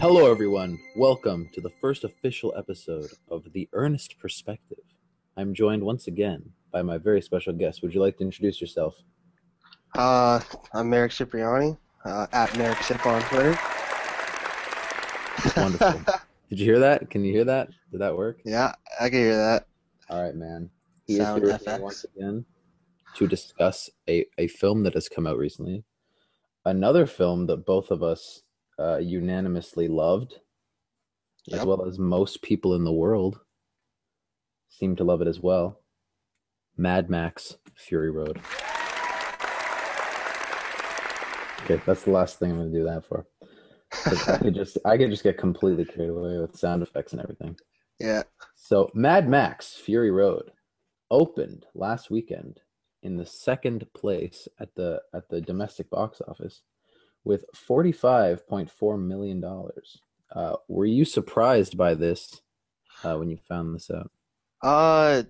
Hello, everyone. Welcome to the first official episode of The Earnest Perspective. I'm joined once again by my very special guest. Would you like to introduce yourself? Uh, I'm Merrick Cipriani, uh, at Merrick Cip on Twitter. Wonderful. Did you hear that? Can you hear that? Did that work? yeah, I can hear that. All right, man. He Sound is here with me FX. once again to discuss a, a film that has come out recently. Another film that both of us uh, unanimously loved, as Yep. well as most people in the world seem to love it as well. Mad Max Fury Road. Okay, that's the last thing I'm gonna do that for. 'Cause I could just I could just get completely carried away with sound effects and everything. yeah, So, Mad Max Fury Road opened last weekend in the second place at the at the domestic box office with forty five point four million dollars. Uh, were you surprised by this uh, when you found this out? uh,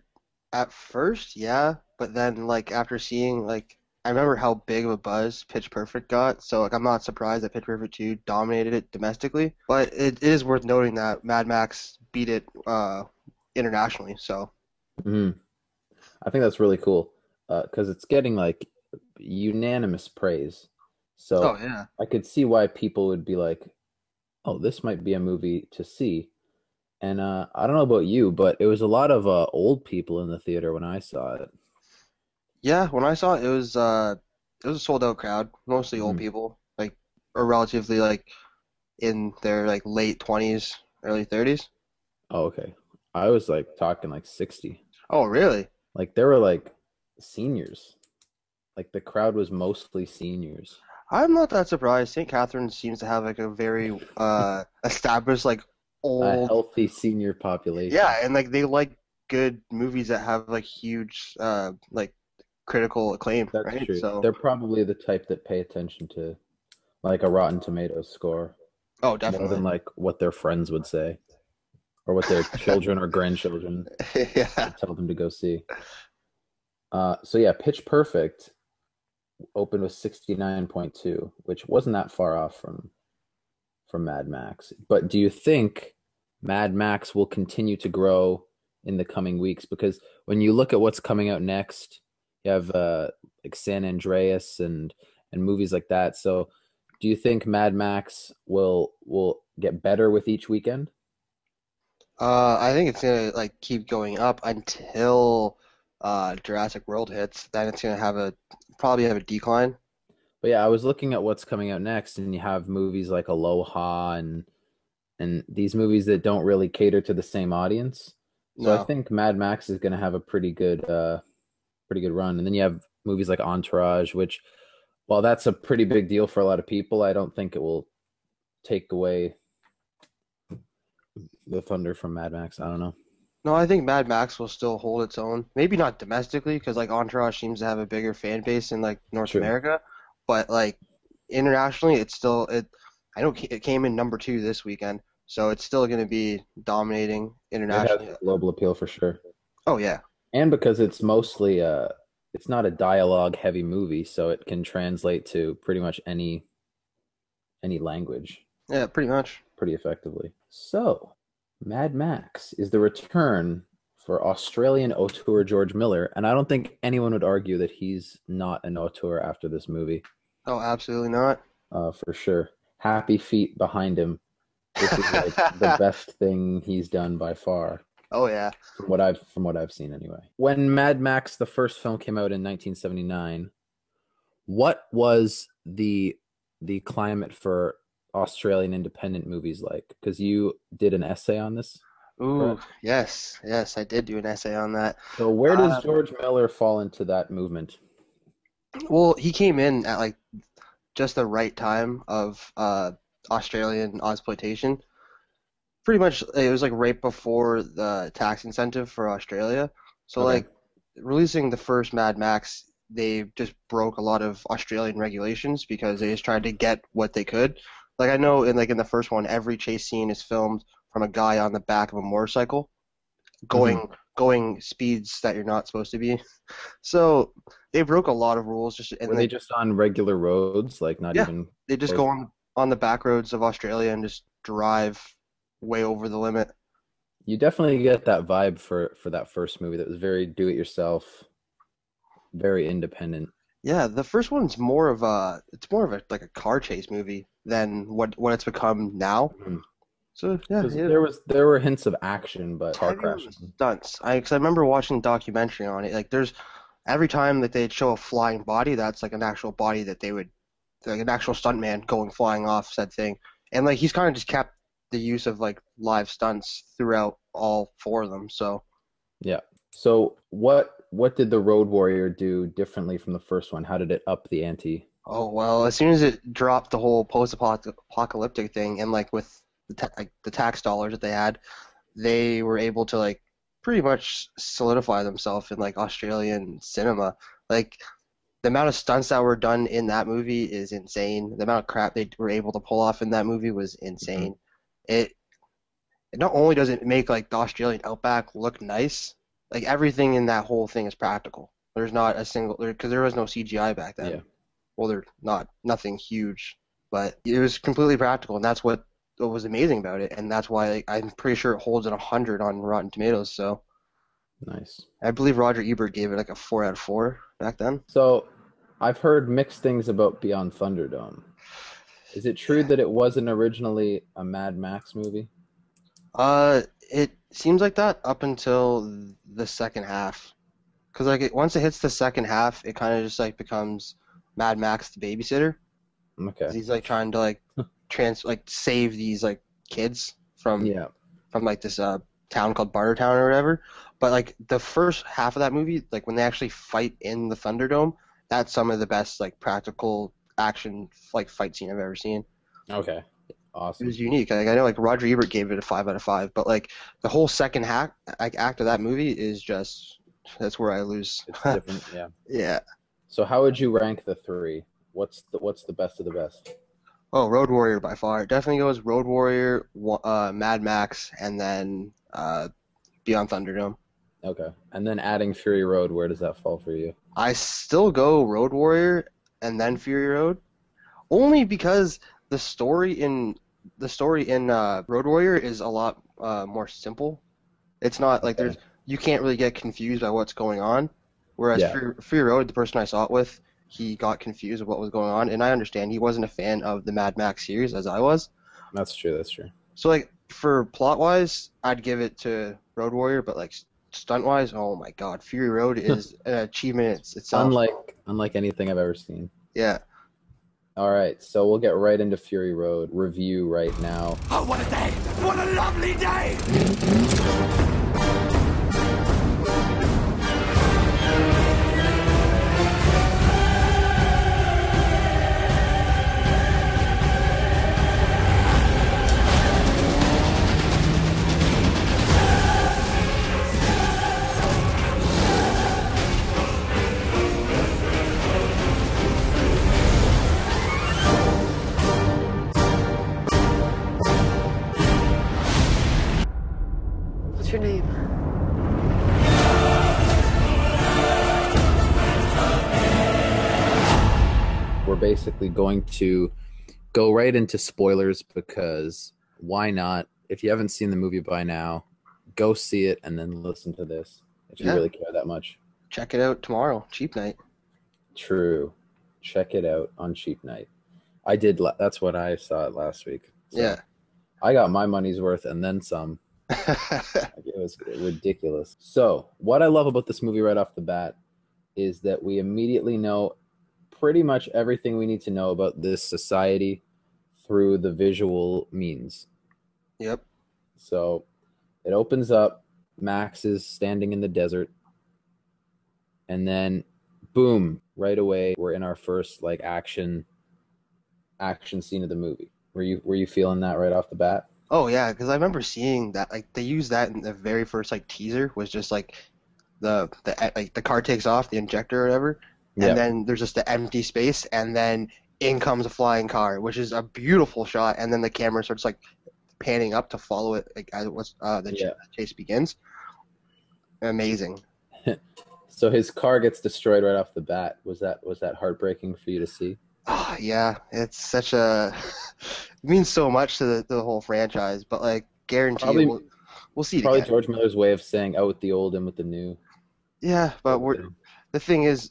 at first, yeah, but then, like, after seeing, like, I remember how big of a buzz Pitch Perfect got, so, like, I'm not surprised that Pitch Perfect 2 dominated it domestically, but it is worth noting that Mad Max beat it, uh, internationally, so, hmm I think that's really cool because it's getting like unanimous praise. So oh, yeah. I could see why people would be like, "Oh, this might be a movie to see." And uh, I don't know about you, but it was a lot of uh, old people in the theater when I saw it. Yeah, when I saw it, it was uh, it was a sold out crowd, mostly old Mhm. people, like or relatively like in their like late twenties, early thirties. Oh, okay. I was like talking like sixty. Oh, really? Like there were like seniors. Like the crowd was mostly seniors. I'm not that surprised. St. Catharines seems to have like a very uh established like A old healthy senior population. yeah, and like they like good movies that have like huge uh like critical acclaim, that's right? true. So They're probably the type that pay attention to like a Rotten Tomatoes score oh, more than definitely. like what their friends would say or what their children or grandchildren Yeah. to tell them to go see. Uh, so yeah, Pitch Perfect opened with sixty nine point two, which wasn't that far off from from Mad Max. But do you think Mad Max will continue to grow in the coming weeks? Because when you look at what's coming out next, you have uh, like San Andreas and and movies like that. So do you think Mad Max will will get better with each weekend? Uh, I think it's gonna like keep going up until uh Jurassic World hits. Then it's gonna have a probably have a decline. But yeah, I was looking at what's coming out next, and you have movies like Aloha and and these movies that don't really cater to the same audience. So I No. think Mad Max is going to have a pretty good, uh, pretty good run. And then you have movies like Entourage, which, while that's a pretty big deal for a lot of people, I don't think it will take away the thunder from Mad Max. I don't know. No, I think Mad Max will still hold its own. Maybe not domestically, because like Entourage seems to have a bigger fan base in like North True. America, but like internationally, it's still it. I know it came in number two this weekend, so it's still gonna be dominating It internationally. has global appeal for sure. Oh yeah, and because it's mostly uh it's not a dialogue heavy movie so it can translate to pretty much any any language yeah, pretty much. pretty effectively so mad max is the return for australian auteur george miller and i don't think anyone would argue that he's not an auteur after this movie Oh, absolutely not. uh, for sure happy feet behind him this is like the best thing he's done by far Oh yeah. from what I've from what I've seen anyway. When Mad Max the first film came out in 1979, what was the the climate for Australian independent movies like? Because you did an essay on this. Ooh, yes, yes, I did do an essay on that. So where does Uh, George Miller fall into that movement? Well, he came in at like just the right time of uh, Australian exploitation. Pretty much, it was like right before the tax incentive for Australia. So, Okay. like releasing the first Mad Max, they just broke a lot of Australian regulations because they just tried to get what they could. Like I know in like in the first one, every chase scene is filmed from a guy on the back of a motorcycle, going going speeds that you're not supposed to be. So they broke a lot of rules. Just and Were they, they just on regular roads, like not Yeah. even? they just go on on the back roads of Australia and just drive way over the limit. You definitely get that vibe for for that first movie. That was very do it yourself, very independent. Yeah, the first one's more of a it's more of a like a car chase movie than what what it's become now. Mhm. So yeah, 'Cause yeah. There was there were hints of action, but car Teddy was crashes. stunts. I, cause I remember watching a documentary on it. Like, there's every time that they'd show a flying body, that's like an actual body that they would, like an actual stuntman going flying off said thing. And like he's kind of just kept the use of like live stunts throughout all four of them. So So what what did the Road Warrior do differently from the first one? How did it up the ante? oh well, as soon as it dropped the whole post-apocalyptic thing, and like with the ta- like the tax dollars that they had, they were able to like pretty much solidify themselves in like Australian cinema. Like the amount of stunts that were done in that movie is insane. The amount of crap they were able to pull off in that movie was insane. It it not only does it make like the Australian outback look nice, like everything in that whole thing is practical. There's not a single because there was no CGI back then. Yeah. Well, there's not nothing huge, but it was completely practical, and that's what what was amazing about it, and that's why like, I'm pretty sure it holds at 100 on Rotten Tomatoes. So Nice. I believe Roger Ebert gave it like a four out of four back then. So I've heard mixed things about Beyond Thunderdome. Is it true that it wasn't originally a Mad Max movie? Uh, it seems like that up until the second half, because like it, once it hits the second half, it kind of just like becomes Mad Max the babysitter. Okay. 'Cause He's like trying to like trans like save these like kids from Yeah. from like this uh town called Bartertown or whatever. But like the first half of that movie, like when they actually fight in the Thunderdome, that's some of the best like practical action like fight scene I've ever seen. Okay. It Awesome. was unique. Like I know like Roger Ebert gave it a five out of five, but like the whole second hack like act of that movie is just that's where I lose. It's different. Yeah. yeah. So how would you rank the three? What's the what's the best of the best? Oh, Road Warrior by far. It definitely goes Road Warrior, wa- uh, Mad Max, and then uh, Beyond Thunderdome. Okay. And then adding Fury Road, where does that fall for you? I still go Road Warrior and then Fury Road, only because the story in the story in uh, Road Warrior is a lot uh, more simple. It's not like there's you can't really get confused by what's going on, whereas Yeah. Fury, Fury Road, the person I saw it with, he got confused with what was going on, and I understand he wasn't a fan of the Mad Max series as I was. That's true, that's true. So like for plot wise, I'd give it to Road Warrior, but like stunt wise, oh my god, Fury Road is an achievement in itself. Unlike unlike anything I've ever seen. yeah. All right, so we'll get right into Fury Road review right now. Oh, what a day! What a lovely day! What's your name? We're basically going to go right into spoilers because why not? If you haven't seen the movie by now, go see it and then listen to this if you Yeah. really care that much. check it out tomorrow, cheap night. True. Check it out on cheap night. I did. La- that's what I saw it last week. So Yeah. I got my money's worth and then some. Like, It was ridiculous. So what I love about this movie right off the bat is that we immediately know pretty much everything we need to know about this society through the visual means. yep. So it opens up. Max is standing in the desert. And then boom, right away we're in our first like action action scene of the movie. Were you were you feeling that right off the bat? Oh yeah, because I remember seeing that. Like they used that in the very first like teaser was just like the the like the car takes off the injector or whatever, Yeah. and then there's just the empty space, and then in comes a flying car, which is a beautiful shot, and then the camera starts like panning up to follow it like as what's uh, the ch- Yeah. chase begins. amazing. So his car gets destroyed right off the bat. Was that was that heartbreaking for you to see? Oh, yeah, it's such a it means so much to the, the whole franchise, but like guarantee Probably- we'll, we'll see it Probably again. George Miller's way of saying out with the old and with the new. Yeah, but we're the thing is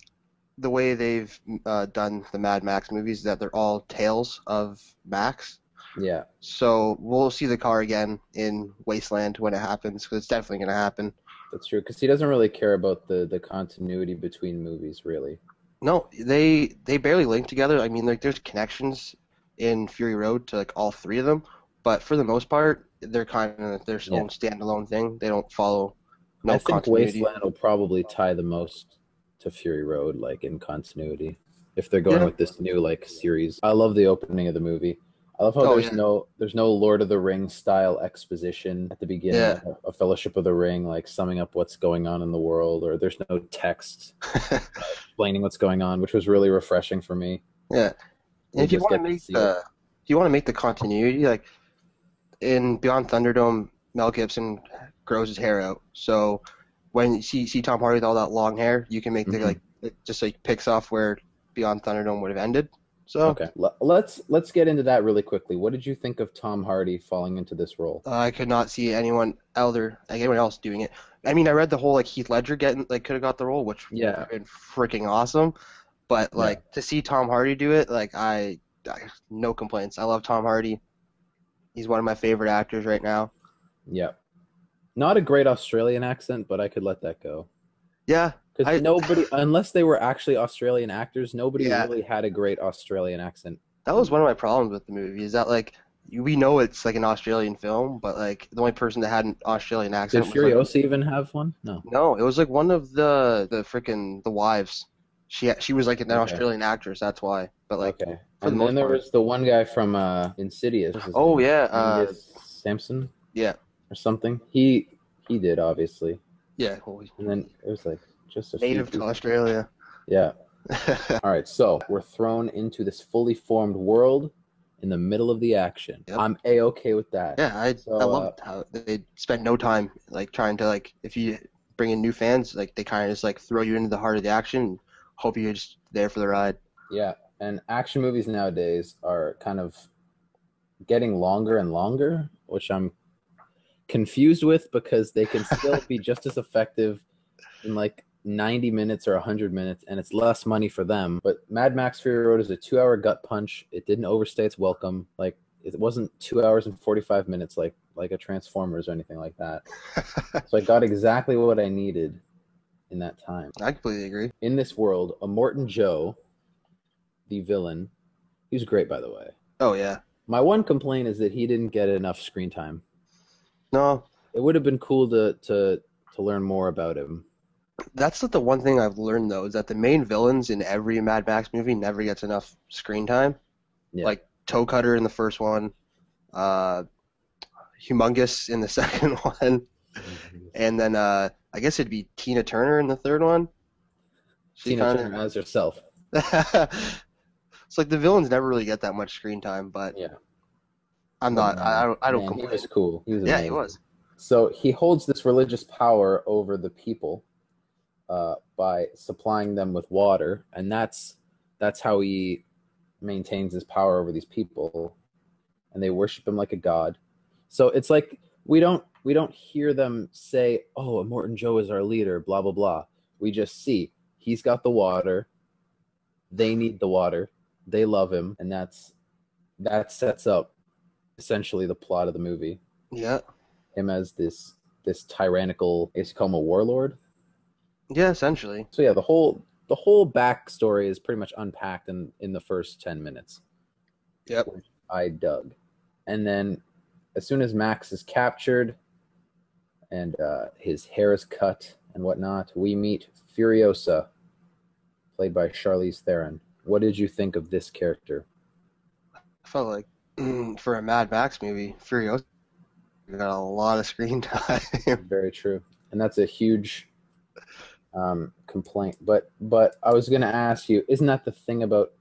the way they've uh, done the Mad Max movies is that they're all tales of Max. Yeah. So we'll see the car again in Wasteland when it happens because it's definitely going to happen. That's true, because he doesn't really care about the the continuity between movies, really. No, they they barely link together. I mean, like there's connections in Fury Road to like all three of them, but for the most part, they're kind of their Yeah. own standalone thing. They don't follow no I think continuity. Wasteland will probably tie the most to Fury Road, like in continuity, if they're going Yeah. with this new like series. I love the opening of the movie. I love how Oh, there's yeah. no there's no Lord of the Rings style exposition at the beginning, Yeah. of a Fellowship of the Ring, like summing up what's going on in the world, or there's no text explaining what's going on, which was really refreshing for me. Yeah. We if you just want get to to make see the if you want to make the continuity like in Beyond Thunderdome, Mel Gibson grows his hair out. So when you see see Tom Hardy with all that long hair, you can make the Mhm. like it just like picks off where Beyond Thunderdome would have ended. So Okay, L- let's let's get into that really quickly. What did you think of Tom Hardy falling into this role? I could not see anyone elder, like anyone else doing it. I mean, I read the whole like Heath Ledger getting like could have got the role, which Yeah. would have been freaking awesome. But Yeah. like to see Tom Hardy do it, like I, I no complaints. I love Tom Hardy. He's one of my favorite actors right now. Yeah, not a great Australian accent, but I could let that go. Yeah, I- Because nobody, unless they were actually Australian actors, nobody Yeah. really had a great Australian accent. that was one of my problems with the movie. Is that like we know it's like an Australian film, but like the only person that had an Australian Did accent was like, Furiosa even have one? No. No, it was like one of the the freaking the wives. She she was like an Okay. Australian actress. That's why. But like. okay. for the and most then there part. was the one guy from uh, Insidious. was his Oh name? yeah, uh, Angus Sampson yeah, or something. He he did obviously, yeah. well, we- and then it was like just a few native to people. Australia. Yeah. All right, so we're thrown into this fully formed world in the middle of the action. Yep. I'm a okay with that. yeah, I So, I uh, love how they spent no time like trying to like if you bring in new fans like they kind of just like throw you into the heart of the action, and hope you're just there for the ride. Yeah, and action movies nowadays are kind of getting longer and longer, which I'm confused with because they can still be just as effective in like 90 minutes or 100 minutes, and it's less money for them. But Mad Max Fury Road is a two hour gut punch. It didn't overstay its welcome. Like, it wasn't two hours and 45 minutes like like a Transformers or anything like that. so I got exactly what I needed in that time I completely agree. in this world, a Morton Joe, the villain, he was great by the way. Oh yeah, My one complaint is that he didn't get enough screen time. no, It would have been cool to to to learn more about him. that's not the one thing I've learned though is that the main villains in every Mad Max movie never gets enough screen time. Yeah. Like Toe Cutter in the first one, uh, Humongous in the second one. And then uh, I guess it'd be Tina Turner in the third one. She Tina kinda- Turner as herself. it's like the villains never really get that much screen time, but Yeah. I'm not. I, I don't. I don't Man, complain. He was cool. He was yeah, he amazing. was. So he holds this religious power over the people uh, by supplying them with water, and that's that's how he maintains his power over these people, and they worship him like a god. So it's like we don't we don't hear them say, "Oh, Morton Joe is our leader," blah blah blah. We just see he's got the water. They need the water. They love him, and that's that sets up essentially the plot of the movie Yeah. him as this this tyrannical I guess you call him a warlord. Yeah. Essentially. So yeah, the whole the whole backstory is pretty much unpacked in in the first ten minutes. Yep. I dug, and then as soon as Max is captured, and uh, his hair is cut and whatnot, we meet Furiosa, played by Charlize Theron. What did you think of this character? I felt like for a Mad Max movie, Furiosa got a lot of screen time. Very true, and that's a huge um, complaint. But but I was going to ask you, isn't that the thing about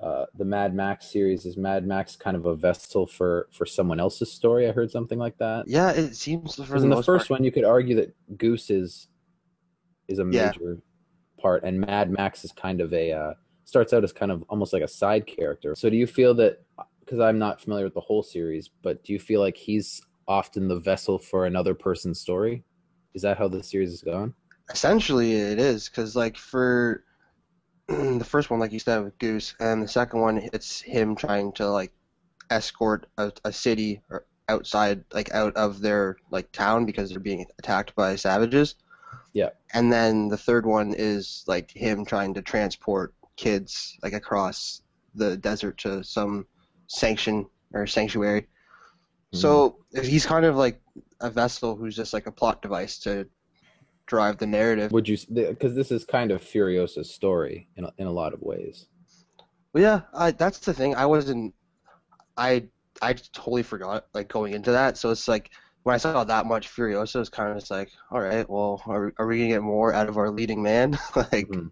uh, the Mad Max series is Mad Max kind of a vessel for for someone else's story? I heard something like that. Yeah, it seems for Because the in the most first part. one, you could argue that Goose is is a Yeah. major part, and Mad Max is kind of a uh, starts out as kind of almost like a side character. So, do you feel that? Because I'm not familiar with the whole series, but do you feel like he's often the vessel for another person's story? Is that how the series is going? Essentially, it is because like for the first one, like you said, with Goose, and the second one, it's him trying to like escort a, a city or outside, like out of their like town because they're being attacked by savages. Yeah. And then the third one is like him trying to transport kids like across the desert to some sanction or sanctuary. Mm-hmm. So he's kind of like a vessel who's just like a plot device to drive the narrative. Would you? Because this is kind of Furiosa's story in a, in a lot of ways. Well, yeah, I, that's the thing. I wasn't. I I totally forgot like going into that. So it's like when I saw that much Furiosa, it's kind of just like, all right, well, are, we- are we gonna get more out of our leading man? like, Mhm.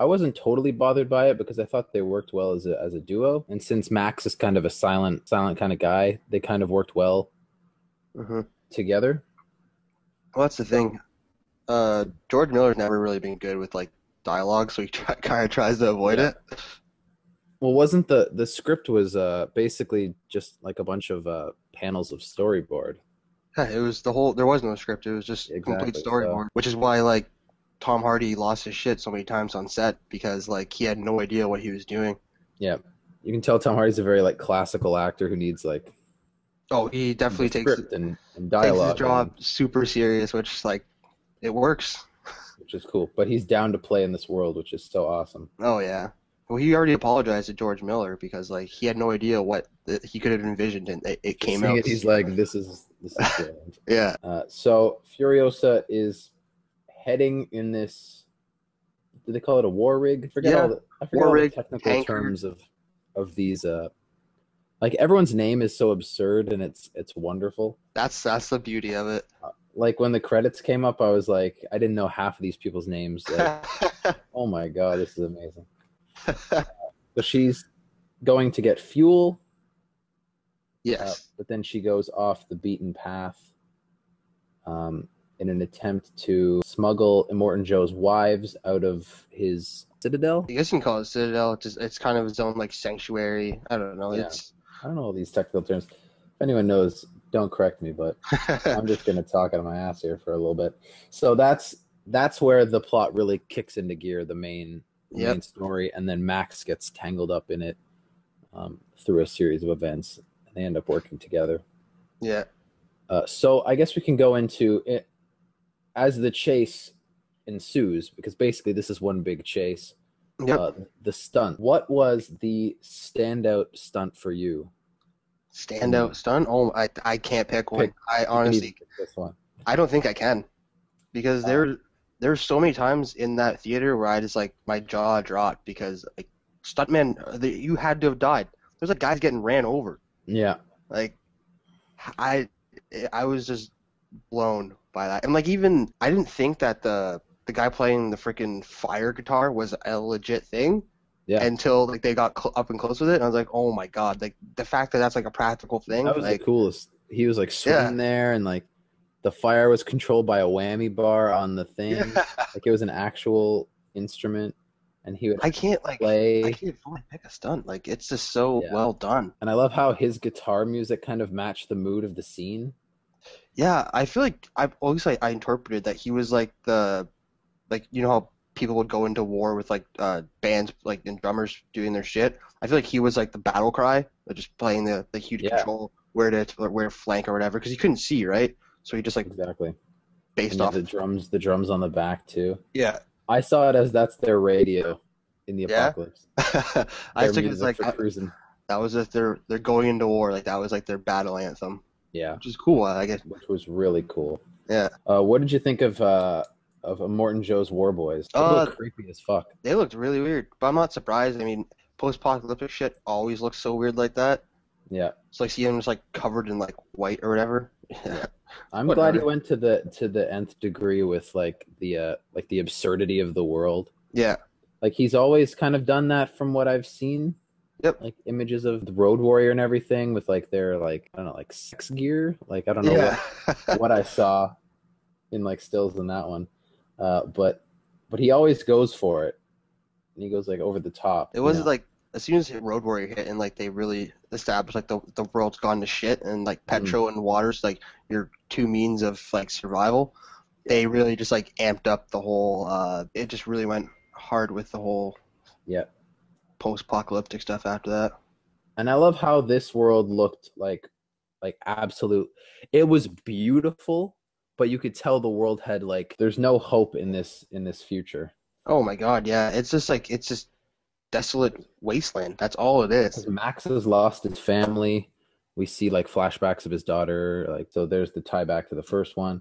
I wasn't totally bothered by it because I thought they worked well as a as a duo. And since Max is kind of a silent silent kind of guy, they kind of worked well Mm-hmm. mhm. together. well, that's the thing. Uh, George Miller's never really been good with like dialogue, so he try, kind of tries to avoid Yeah. it. Well, wasn't the the script was uh basically just like a bunch of uh panels of storyboard. Yeah, it was the whole. There was no script. It was just complete Exactly, so- storyboard, which is why like Tom Hardy lost his shit so many times on set because like he had no idea what he was doing. You can tell Tom Hardy's a very like classical actor who needs like Oh, he definitely takes script and, and takes dialogue, his job super serious, which like it works. which is cool. But he's down to play in this world, which is so awesome. Oh yeah. Well, he already apologized to George Miller because like he had no idea what th- he could have envisioned, and it, it came Seeing out. it, he's like, this is this is grand. yeah, Uh, so Furiosa is heading in this. Do they call it a war rig? I forget Yeah, all the, I forget war all rig, the technical tanker. terms of of these. Uh, like everyone's name is so absurd and it's it's wonderful. that's that's the beauty of it. Like when the credits came up, I was like, I didn't know half of these people's names. Like, oh my god, this is amazing. So she's going to get fuel, uh, yes. but then she goes off the beaten path um, in an attempt to smuggle Immortan Joe's wives out of his citadel. I guess you can call it Citadel. It's, just, it's kind of its own like sanctuary. I don't know. Yeah. It's I don't know all these technical terms. If anyone knows, don't correct me, but I'm just going to talk out of my ass here for a little bit. So that's that's where the plot really kicks into gear, the main, the Yep. main story, and then Max gets tangled up in it um, through a series of events. and They end up working together. yeah. Uh, so I guess we can go into it as the chase ensues because basically this is one big chase. Yep. Uh, the stunt. What was the standout stunt for you? Standout stun. Oh, I I can't pick one. Pick- I honestly this one. I don't think I can, because there there's so many times in that theater where I just like my jaw dropped because like stuntman, the, you had to have died. There's like guys getting ran over. Yeah, Like I I was just blown by that, and like even I didn't think that the the guy playing the freaking fire guitar was a legit thing Yeah. until like they got cl- up and close with it and i was like oh my god like the fact that that's like a practical thing that was like the coolest. He was like swinging there, and like the fire was controlled by a whammy bar on the thing. Like it was an actual instrument, and he would i can't like play. I can't fully pick a stunt. Like it's just so Yeah. well done. and I love how his guitar music kind of matched the mood of the scene. Yeah, I feel like I always like I interpreted that he was like the, like you know how people would go into war with like uh bands like and drummers doing their shit. I feel like he was like the battle cry, like just playing the the huge Yeah. control where to or where to flank or whatever because he couldn't see right, so he just like Exactly. based And yeah, off. the drums, the drums on the back too. Yeah, I saw it as that's their radio in the Yeah? apocalypse. I Their took it as music like uh, for that, cruising. that was if they're they're going into war like that was like their battle anthem, Yeah, which is cool. I guess which was really cool. Yeah. Uh, what did you think of uh, of Morton Joe's War Boys? They look Uh, creepy as fuck. They looked really weird, but I'm not surprised. I mean, post-apocalyptic shit always looks so weird like that. Yeah, It's like seeing them just like covered in like white or whatever. Yeah, I'm whatever. glad you went to the to the nth degree with like the uh, like the absurdity of the world. Like he's always kind of done that from what I've seen. Yep. Like images of the Road Warrior and everything with like their like I don't know like sex gear. Like I don't know Yeah. what, what I saw in like stills in that one, uh, but but he always goes for it. And he goes like over the top. It you was know? like as soon as Road Warrior hit and like they really established like the the world's gone to shit and like Mm-hmm. petrol and water's like your two means of like survival. They really just like amped up the whole. Uh, it just really went hard with the whole yeah. post-apocalyptic stuff after that. and I love how this world looked like like absolute it was beautiful but you could tell the world had like there's no hope in this in this future Oh my god, yeah. It's just like it's just desolate wasteland. That's all it is. 'Cause Max has lost his family we see like flashbacks of his daughter like so there's the tie back to the first one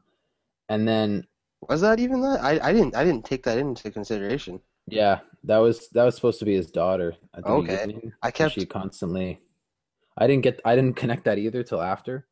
and then Was that even that? I, I didn't I didn't take that into consideration. yeah that was that was supposed to be his daughter at the Okay. beginning I kept she constantly I didn't get I didn't connect that either till after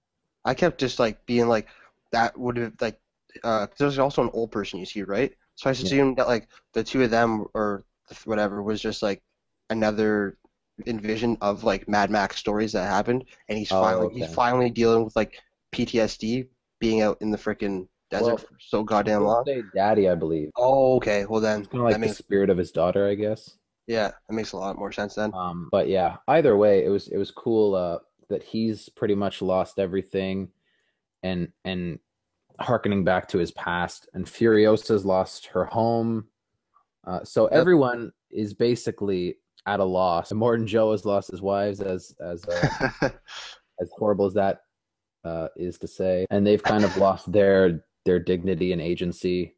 I kept just like being like that would have like uh 'cause there's also an old person you see right so I Yeah. assumed that like the two of them or whatever was just like another envision of like Mad Max stories that happened and he's Oh, finally okay. he's finally dealing with like PTSD being out in the freaking desert Well, for so goddamn He long. did say daddy I believe Oh okay, well then it's kind of like that the makes spirit of his daughter I guess yeah that makes a lot more sense then. Um, but yeah, either way, it was it was cool uh, that he's pretty much lost everything, and and harkening back to his past. And Furiosa's lost her home, uh, so everyone is basically at a loss. And Morton Joe has lost his wives, as as uh, as horrible as that uh, is to say, and they've kind of lost their their dignity and agency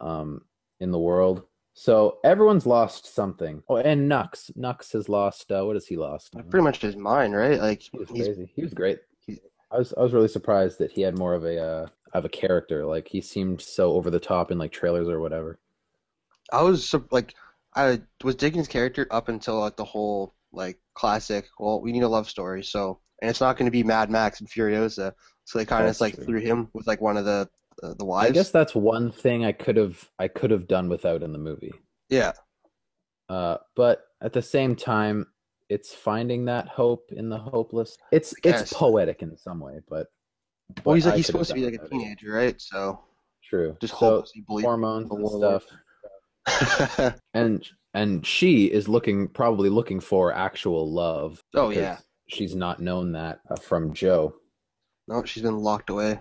um, in the world. So everyone's lost something. Oh, and Nux, Nux has lost. Uh, what has he lost? Pretty much his mind, right? Like He was he's crazy. He was great. he's- I was I was really surprised that he had more of a uh, of a character. Like he seemed so over the top in like trailers or whatever. I was sur- like, I was digging his character up until like the whole like classic. Well, we need a love story, so and it's not going to be Mad Max and Furiosa, so they kind That's of like true. threw him with like one of the uh, the I wives. guess that's one thing I could have I could have done without in the movie. yeah, Uh, but at the same time, it's finding that hope in the hopeless. It's I it's guess. poetic in some way, but, but well, he's like I he's could have supposed to be done like a without it. teenager, right? So True. just so hopelessly believe. hormones the and world. stuff, and and she is looking probably looking for actual love. oh 'cause yeah, she's not known that uh, from Joe. no, she's been locked away.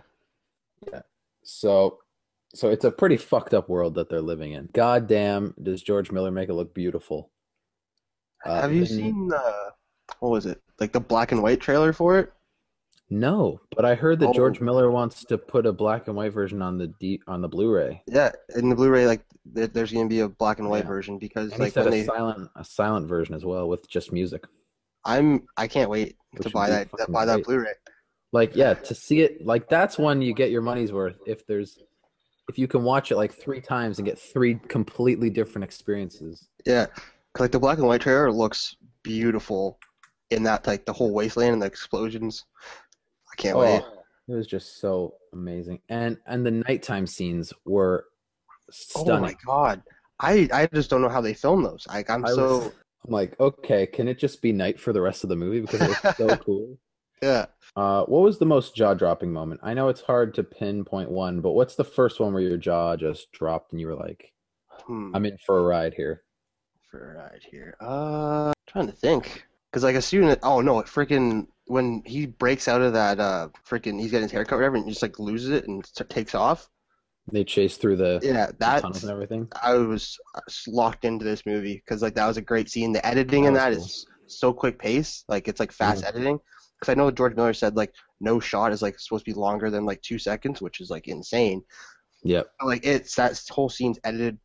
So so it's a pretty fucked up world that they're living in. God damn, does George Miller make it look beautiful? Uh, Have you then- seen the what was it like the black and white trailer for it? No, but I heard that Oh. George Miller wants to put a black and white version on the D on the Blu-ray. Yeah, in the Blu-ray, like there, there's going to be a black and white Yeah. version because And he like said when a they. silent a silent version as well with just music. I'm I can't wait Which to would buy be that fucking buy that great. Blu-ray. Like yeah, to see it like that's when you get your money's worth if there's if you can watch it like three times and get three completely different experiences. Yeah, 'Cause, like the black and white trailer looks beautiful in that like the whole wasteland and the explosions. I can't wait. Oh, it was just so amazing. And and the nighttime scenes were Oh my stunning. god, I I just don't know how they film those. Like I'm I was- so I'm like, okay, can it just be night for the rest of the movie because it was so cool. yeah. Uh, what was the most jaw dropping moment? I know it's hard to pinpoint one, but what's the first one where your jaw just dropped and you were like, Hmm. "I'm in for a ride here"? for right here. Uh, trying to think. Cause like as soon as oh no, it freaking when he breaks out of that uh freaking he's getting his haircut or whatever and he just like loses it and t- takes off. They chase through the, the Yeah, tunnels that's and everything. I was uh, locked into this movie because like that was a great scene. The editing in That that was is so quick pace, like it's like fast Mhm. editing. Because I know George Miller said like no shot is like supposed to be longer than like two seconds, which is like insane. Yep. But, like it's that whole scene's edited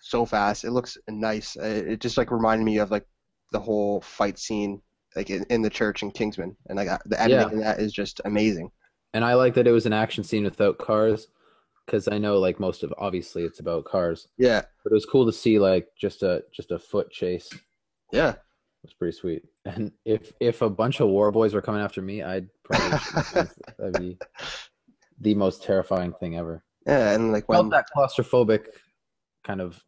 so fast. It looks nice. Uh, It, it just like reminded me of like the whole fight scene like in, in the church in Kingsman, and like uh, the editing Yeah. in that is just amazing. And I like that it was an action scene without cars, because I know like most of obviously it's about cars, Yeah, but it was cool to see like just a just a foot chase. It yeah. was pretty sweet. And if if a bunch of war boys were coming after me, I'd probably shoot myself. that'd be the most terrifying thing ever. Yeah, and like felt when that claustrophobic kind of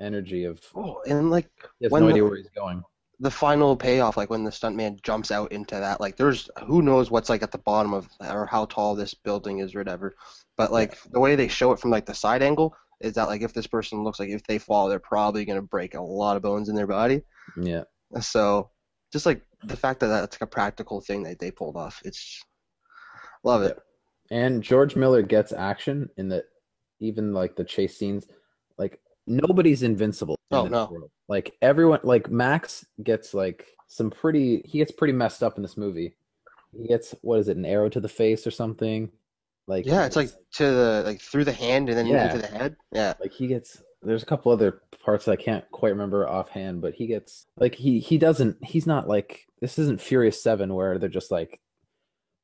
energy of Oh, and like he has When no the- idea where he's going. the final payoff, like when the stuntman jumps out into that, like there's who knows what's like at the bottom of or how tall this building is or whatever. But like the way they show it from like the side angle is that like if this person looks like if they fall, they're probably gonna break a lot of bones in their body. Yeah. So just like the fact that that's like a practical thing that they pulled off, it's love it. And George Miller gets action in the even like the chase scenes. Like nobody's invincible. in Oh, this no. world. Like everyone like Max gets like some pretty he gets pretty messed up in this movie. He gets what is it, an arrow to the face or something? Like Yeah, it's like to the like through the hand and then Yeah. into the head. Yeah. like he gets there's a couple other parts I can't quite remember offhand, but he gets like he he doesn't he's not like this isn't Furious Seven where they're just like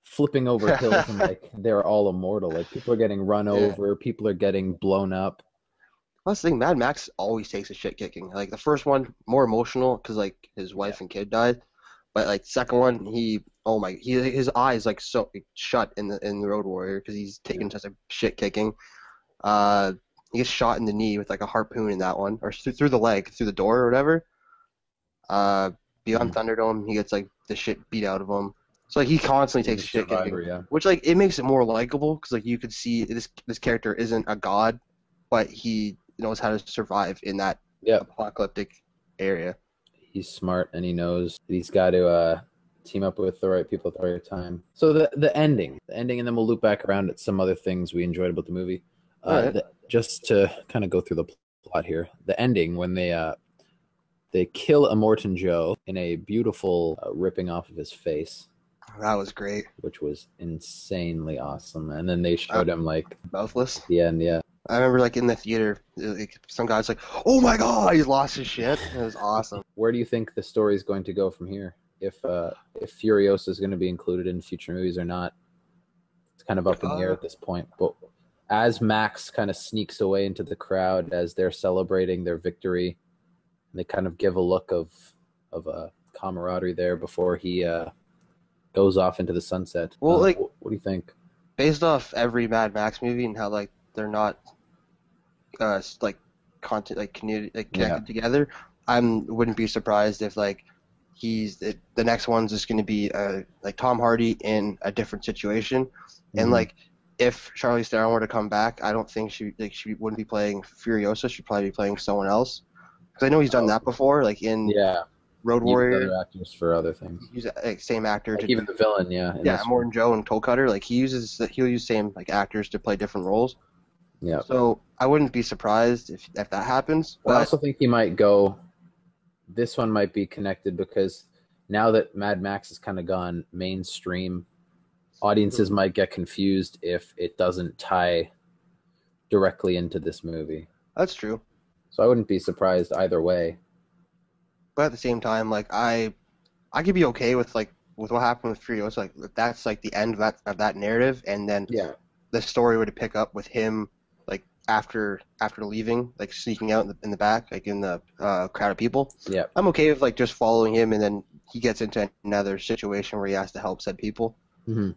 flipping over hills and like they're all immortal. Like people are getting run Yeah. over, people are getting blown up. That's the thing. Mad Max always takes a shit kicking. Like the first one, more emotional because like his wife and kid died, but like second one, he oh my, he his eyes like so shut in the in the Road Warrior because he's taking such a shit kicking. Uh, he gets shot in the knee with like a harpoon in that one, or through, through the leg, through the door or whatever. Uh, Beyond Thunderdome, he gets like the shit beat out of him. So like he constantly takes a He's a shit kicking survivor, yeah. which like it makes it more likable because like you could see this this character isn't a god, but he knows how to survive in that Yeah. apocalyptic area. He's smart and he knows that he's got to uh team up with the right people at the right time. So the the ending. The ending and then we'll loop back around at some other things we enjoyed about the movie. Uh, Alright. the- just to kind of go through the pl- plot here. The ending when they uh they kill Immortan Joe in a beautiful uh, ripping off of his face, That was great. which was insanely awesome. And then they showed him like Mouthless. the end, yeah. I remember like in the theater, like, some guy's like, "Oh my god, he lost his shit." It was awesome. Where do you think the story is going to go from here? If uh if Furiosa is going to be included in future movies or not, it's kind of up in the air Uh. at this point. But as Max kind of sneaks away into the crowd as they're celebrating their victory, they kind of give a look of of uh, camaraderie there before he uh, goes off into the sunset. Well, Uh, like- wh- what do you think? Based off every Mad Max movie and how like they're not, uh, s- like content like community like Yeah. connected together. I wouldn't be surprised if like he's it, the next one's just going to be uh, like Tom Hardy in a different situation, and Mhm. like if Charlize Theron were to come back, I don't think she like she wouldn't be playing Furiosa. She'd probably be playing someone else because I know he's done that before, like in Oh. yeah, Road use Warrior. other actors for other things. He's like same actor Like to even the villain, yeah, in yeah, this- Morton Joe and Toll Cutter. Like he uses he'll use same like actors to play different roles. yeah. So I wouldn't be surprised if if that happens. I But also think he might go. This one might be connected because now that Mad Max has kind of gone mainstream, Mm-hmm. audiences might get confused if it doesn't tie directly into this movie. that's true. So I wouldn't be surprised either way. But at the same time, like I, I could be okay with like with what happened with Furiosa. Like if that's like the end of that of that narrative, and then Yeah, the story would pick up with him like after after leaving, like sneaking out in the, in the back, like in the uh, crowd of people. yeah, I'm okay with like just following him, and then he gets into another situation where he has to help said people. hmm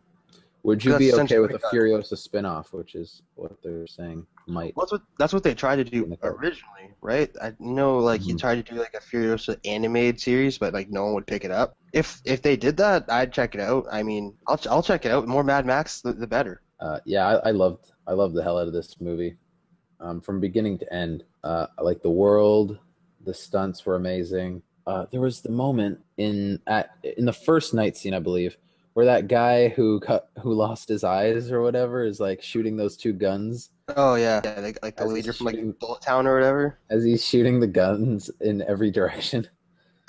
Would you That's be okay essentially with a what I- Furiosa spin-off, which is what they're saying might? Well, that's what that's what they tried to In do the cover. originally, right? I know, like he Mhm. tried to do like a Furiosa animated series, but like no one would pick it up. If if they did that, I'd check it out. I mean, I'll ch- I'll check it out. More Mad Max, the, the better. Uh, yeah, I, I loved I loved the hell out of this movie, um, from beginning to end. Uh, I like the world, the stunts were amazing. Uh, there was the moment in at in the first night scene, I believe, where that guy who cut who lost his eyes or whatever is like shooting those two guns Oh yeah, yeah like, like the As a leader from shooting- like Bullet Town or whatever. as he's shooting the guns in every direction.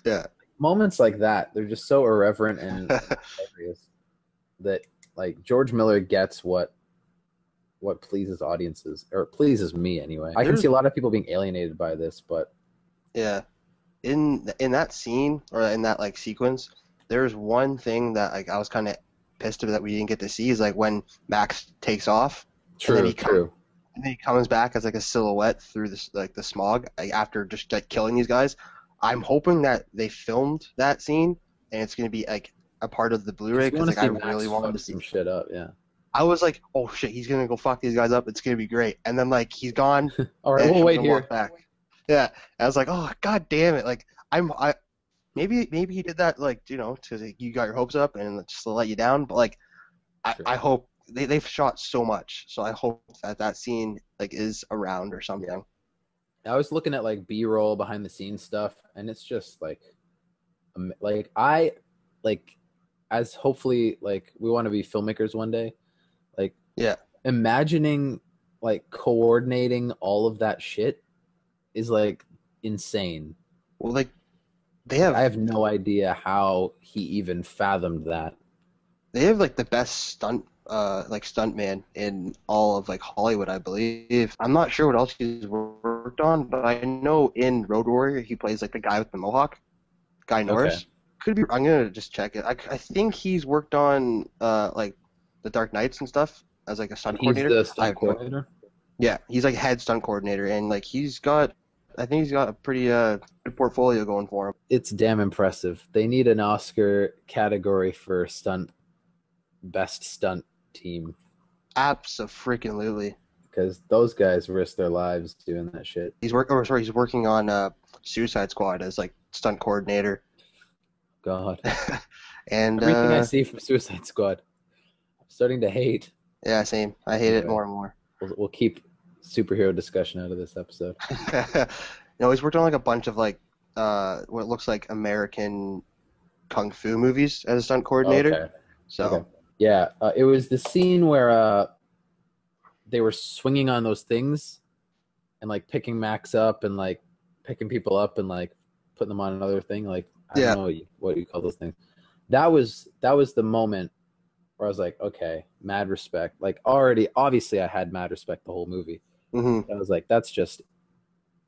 Yeah. Moments like that, they're just so irreverent and hilarious that like George Miller gets what what pleases audiences or pleases me anyway. I can There's- see a lot of people being alienated by this, but Yeah. In th- in that scene or in that like sequence, there's one thing that like I was kind of pissed about that we didn't get to see is like when Max takes off True, true, he come- true. and then he comes back as like a silhouette through this like the smog like, after just like killing these guys. I'm hoping that they filmed that scene and it's gonna be like a part of the Blu-ray You because wanna like I Max really wanted fuck to see. some shit up, yeah. I was like, oh shit, he's gonna go fuck these guys up. It's gonna be great. And then like he's gone. All right, and we'll he wait doesn't walk here. Back. Yeah, I was like, oh god damn it! Like I'm I maybe maybe he did that like you know to you got your hopes up and just to let you down, but like I, Sure. I hope they they've shot so much, so I hope that that scene like is around or something. I was looking at like B roll behind the scenes stuff, and it's just like, am- like I, like, as hopefully like we want to be filmmakers one day, like Yeah. imagining like coordinating all of that shit is like insane. Well, like they have I have no idea how he even fathomed that. they have like the best stunt uh like stuntman in all of like Hollywood, I believe. I'm not sure what else he's worked on, but I know in Road Warrior he plays like the guy with the mohawk, Guy Norris. Could be. I'm gonna just check it. I, I think he's worked on uh like the Dark Knights and stuff as like a stunt He's coordinator. the I stunt have no- coordinator. yeah, he's like head stunt coordinator, and like he's got. I think he's got a pretty uh good portfolio going for him. It's damn impressive. They need an Oscar category for stunt, best stunt team. Absolutely. because those guys risk their lives doing that shit. He's work. Or sorry, he's working on uh Suicide Squad as like stunt coordinator. God, And everything I uh, see from Suicide Squad, I'm starting to hate. yeah, same. I hate it Okay. more and more. We'll, we'll keep superhero discussion out of this episode. no, he's worked on like a bunch of like uh, what looks like American kung fu movies as a stunt coordinator. Okay. So Okay. Yeah, uh, it was the scene where uh, they were swinging on those things and like picking Max up and like picking people up and like putting them on another thing. Like I Yeah. don't know what you, what you call those things. That was that was the moment where I was like, okay, mad respect. Like already, obviously, I had mad respect the whole movie. hmm I was like, that's just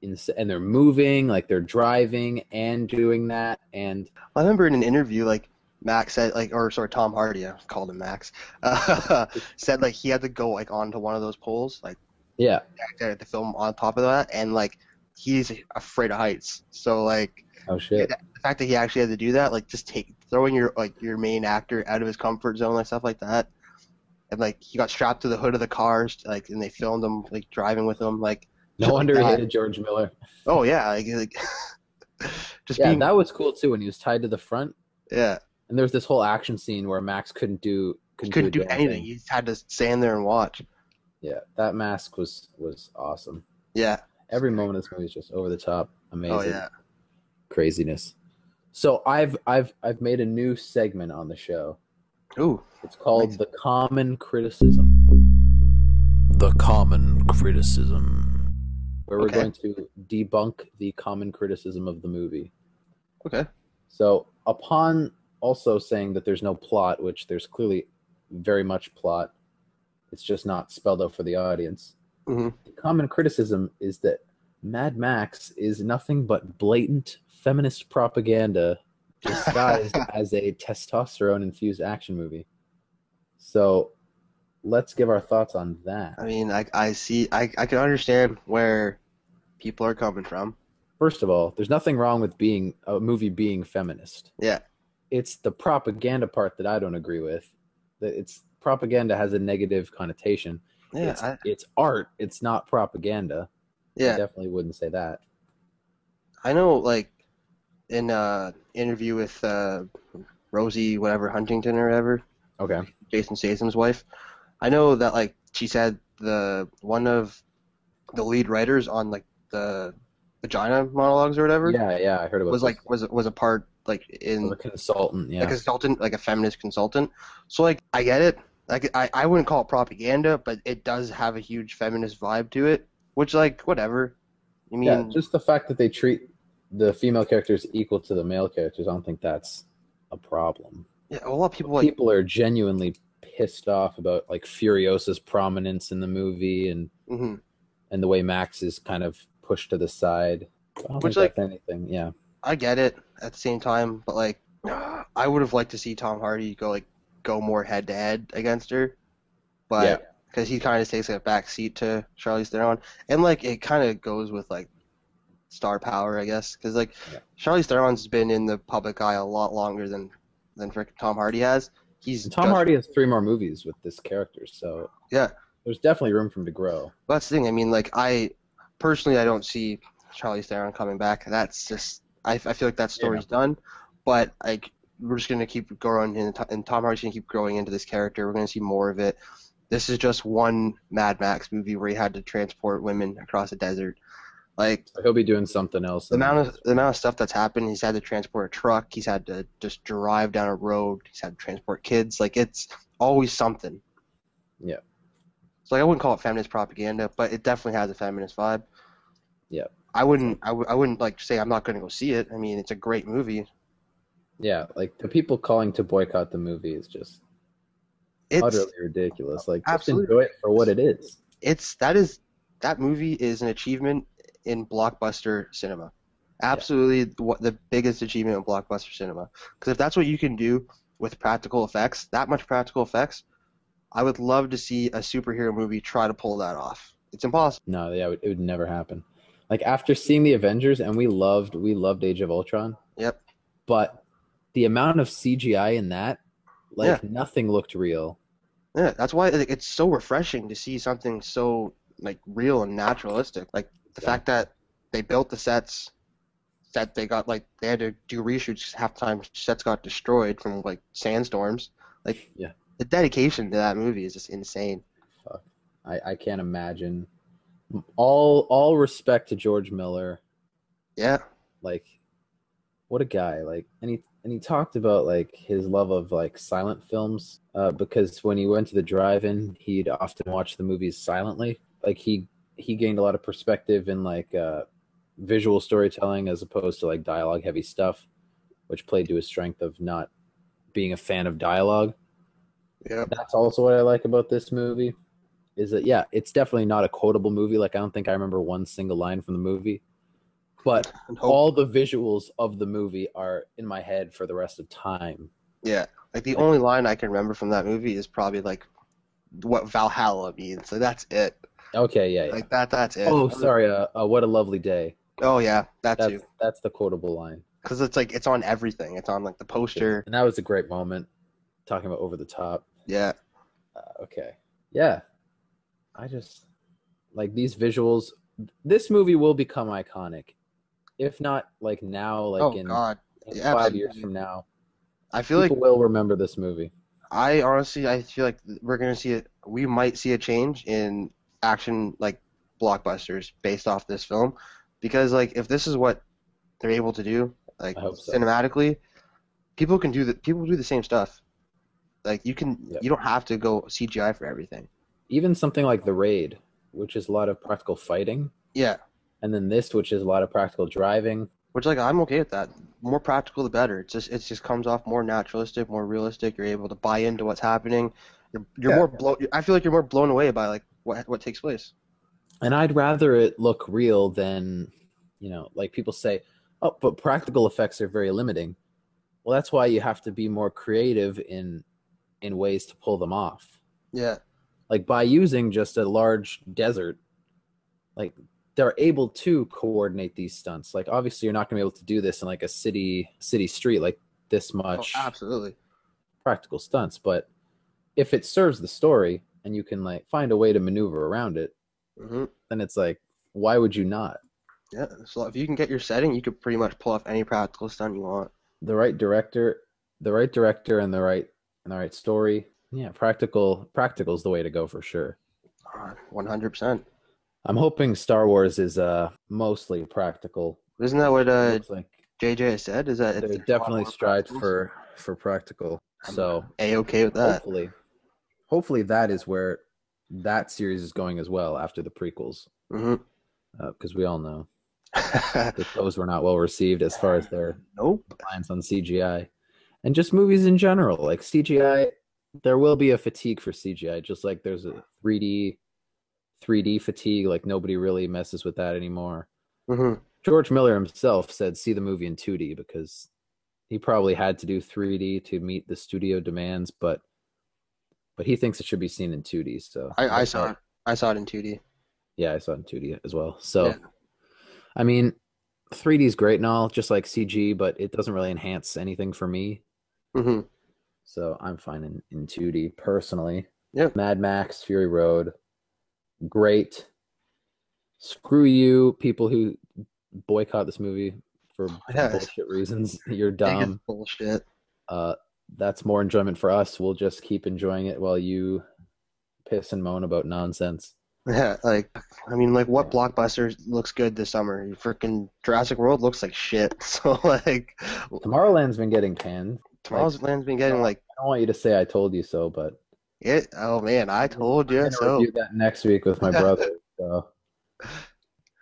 insane. And they're moving, like they're driving and doing that. And I remember in an interview like Max said like or sorry Tom Hardy I called him Max uh, said like he had to go like onto one of those poles like yeah, back there at the film on top of that and like he's afraid of heights so like oh shit. the fact that he actually had to do that, like just take throwing your like your main actor out of his comfort zone and stuff like that, and like he got strapped to the hood of the cars, like and they filmed him like driving with him, like No wonder he hated George Miller. oh yeah, like, like just Yeah, being that was cool too when he was tied to the front. yeah, And there was this whole action scene where Max couldn't do couldn't, couldn't do, do a damn anything. thing. He just had to stand there and watch. Yeah, that mask was was awesome. Yeah, Every moment of this movie is just over the top, amazing oh yeah, craziness. So I've I've I've made a new segment on the show. ooh, It's called Nice. the common criticism. The common criticism. Where we're Okay. going to debunk the common criticism of the movie. okay, So, upon also saying that there's no plot, which there's clearly very much plot, it's just not spelled out for the audience. Mhm. The common criticism is that Mad Max is nothing but blatant feminist propaganda disguised as a testosterone infused action movie. So, let's give our thoughts on that. I mean, I I see, I I can understand where people are coming from. First of all, there's nothing wrong with being a movie being feminist. Yeah, it's the propaganda part that I don't agree with. That it's propaganda has a negative connotation. yeah, it's, I, it's art. It's not propaganda. I yeah. definitely wouldn't say that. I know, like, in uh interview with uh, Rosie, whatever Huntington or whatever, Okay. Jason Statham's wife, I know that like she said the one of the lead writers on like the vagina monologues or whatever Yeah, yeah. I heard about was this. like was was a part like in I'm a consultant. Yeah. a consultant, like a feminist consultant. So like I get it. Like I, I wouldn't call it propaganda, but it does have a huge feminist vibe to it, which like whatever. I mean, yeah. Just the fact that they treat the female characters equal to the male characters, I don't think that's a problem. yeah, a lot of people like People are genuinely pissed off about like Furiosa's prominence in the movie and mhm. and the way Max is kind of pushed to the side. I don't Which, think that's anything. Yeah. I get it at the same time, but like I would have liked to see Tom Hardy go like go more head to head against her, Yeah. but because he kind of takes like, a back seat to Charlize Theron, and like it kind of goes with like star power, I guess, because like Yeah. Charlize Theron's been in the public eye a lot longer than than frickin' Tom Hardy has. He's And Tom just- Hardy has three more movies with this character, so Yeah. there's definitely room for him to grow. That's the thing. I mean, like I personally, I don't see Charlie Theron coming back. That's just I, I feel like that story's done, but like we're just gonna keep growing and, Tom- and Tom Hardy's gonna keep growing into this character. We're gonna see more of it. This is just one Mad Max movie where he had to transport women across a desert. Like So he'll be doing something else. the in amount that. of the amount of stuff that's happened, he's had to transport a truck. He's had to just drive down a road. He's had to transport kids. Like it's always something. Yeah. So like I wouldn't call it feminist propaganda, but it definitely has a feminist vibe. Yeah. I wouldn't. I, w- I wouldn't like say I'm not going to go see it. I mean, it's a great movie. yeah, like the people calling to boycott the movie is just It's utterly ridiculous. Like just Absolutely. enjoy it for what it is. it's that is that movie is an achievement in blockbuster cinema. Absolutely, what the biggest achievement in blockbuster cinema. Because if that's what you can do with practical effects, that much practical effects, I would love to see a superhero movie try to pull that off. It's impossible. No, yeah, it would, it would never happen. Like after seeing the Avengers, and we loved we loved Age of Ultron. Yep. But the amount of CGI in that, like nothing looked real. Yeah, that's why like, it's so refreshing to see something so like real and naturalistic. Like the Yeah. fact that they built the sets, that they got like they had to do reshoots 'cause half the time sets got destroyed from like sandstorms. Like Yeah. the dedication to that movie is just insane. I, I can't imagine. All all respect to George Miller. Yeah, Like, what a guy! Like, and he and he talked about like his love of like silent films. Uh, because when he went to the drive-in, he'd often watch the movies silently. Like he he gained a lot of perspective in like uh, visual storytelling as opposed to like dialogue-heavy stuff, which played to his strength of not being a fan of dialogue yeah, that's also what I like about this movie is that yeah, it's definitely not a quotable movie. Like I don't think I remember one single line from the movie, but and hope, all the visuals of the movie are in my head for the rest of time. yeah. Like the only line I can remember from that movie is probably like what Valhalla means. Like that's it. Okay, yeah, yeah. Like that. That's it. Oh, sorry. Uh, uh, what a lovely day. Oh yeah, that That's too. that's the quotable line, Because it's like it's on everything. It's on like the poster. and that was a great moment. Talking about over the top. Yeah. Uh, okay, yeah. I just like these visuals. This movie will become iconic, if not like now, like oh in God. in Yeah, five absolutely. years from now, I feel people like will remember this movie. I honestly I feel like we're gonna see it. We might see a change in action like blockbusters based off this film, because like if this is what they're able to do like I hope so. cinematically, people can do the people do the same stuff. Like you can Yeah. you don't have to go CGI for everything. Even something like The Raid, which is a lot of practical fighting, Yeah, and then this, which is a lot of practical driving. which like I'm okay with that. More practical the better. It's just it just comes off more naturalistic, more realistic. You're able to buy into what's happening. You're, you're Yeah. more blow. I feel like you're more blown away by like what what takes place. And I'd rather it look real than, you know, like people say, oh, but practical effects are very limiting. Well, that's why you have to be more creative in in ways to pull them off. Yeah. Like by using just a large desert, like they're able to coordinate these stunts. Like obviously you're not going to be able to do this in like a city city street like this Oh, much absolutely. practical stunts, but if it serves the story and you can like find a way to maneuver around it, hmm then it's like, why would you not? Yeah. So if you can get your setting, you could pretty much pull off any practical stunt you want. The right director, the right director, and the right and the right story. Yeah, practical practical's the way to go for sure. Uh, One hundred percent. I'm hoping Star Wars is uh mostly practical. Isn't that what uh, Looks like JJ has said? Is that they definitely strived for for practical. So a okay with that? hopefully, hopefully that is where that series is going as well after the prequels, hmm because we all know that those were not well received as far as their Mm-hmm. nope. reliance on CGI and just movies in general. Like CGI, there will be a fatigue for CGI, just like there's a 3D 3D fatigue. Like nobody really messes with that anymore. hmm George Miller himself said, "See the movie in 2D because he probably had to do 3D to meet the studio demands, but." But he thinks it should be seen in 2D. So I, I saw it. I saw it in two D. yeah, I saw it in 2D as well. So, Yeah. I mean, 3D is great and all, just like CG, but it doesn't really enhance anything for me. hmm So I'm fine in, in 2D personally. Yeah. Mad Max Fury Road, great. Screw you, people who boycott this movie for Yeah. bullshit reasons. You're I think dumb. it's bullshit. Uh, that's more enjoyment for us. We'll just keep enjoying it while you piss and moan about nonsense. Yeah, like I mean, like what blockbuster looks good this summer? Freaking Jurassic World looks like shit. So like, Tomorrowland's been getting panned. Tomorrow's land's been uh, getting like I don't want you to say I told you so, but it. Oh man, I told I'm you gonna so. review that next week with my brother. so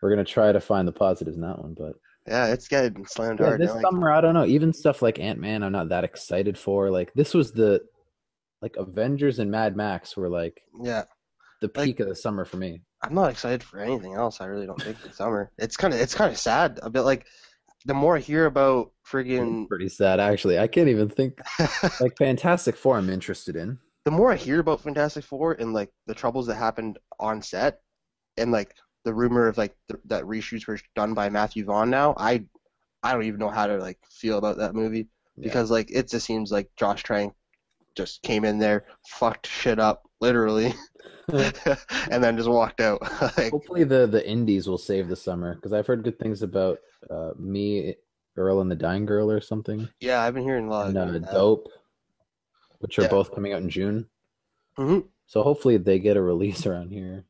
we're gonna try to find the positives in that one, but Yeah, it's getting slammed Yeah, hard. this now, like, summer, I don't know. Even stuff like Ant Man, I'm not that excited for. Like this was the like Avengers and Mad Max were like yeah, the Like- peak of the summer for me. I'm not excited for anything else. I really don't think this summer. It's kind of it's kind of sad. A bit like the more I hear about friggin' Pretty sad, actually. I can't even think like Fantastic Four. I'm interested in. the more I hear about Fantastic Four and like the troubles that happened on set, and like the rumor of like th- that reshoots were done by Matthew Vaughn now, I I don't even know how to like feel about that movie Yeah. because like it just seems like Josh Trank just came in there, fucked shit up literally, and then just walked out. like, Hopefully, the the indies will save the summer because I've heard good things about uh, me, Girl and the Dying Girl, or something, yeah, I've been hearing a lot. and of uh, that. Dope, which are Yeah. both coming out in June. Mhm. So hopefully, they get a release around here.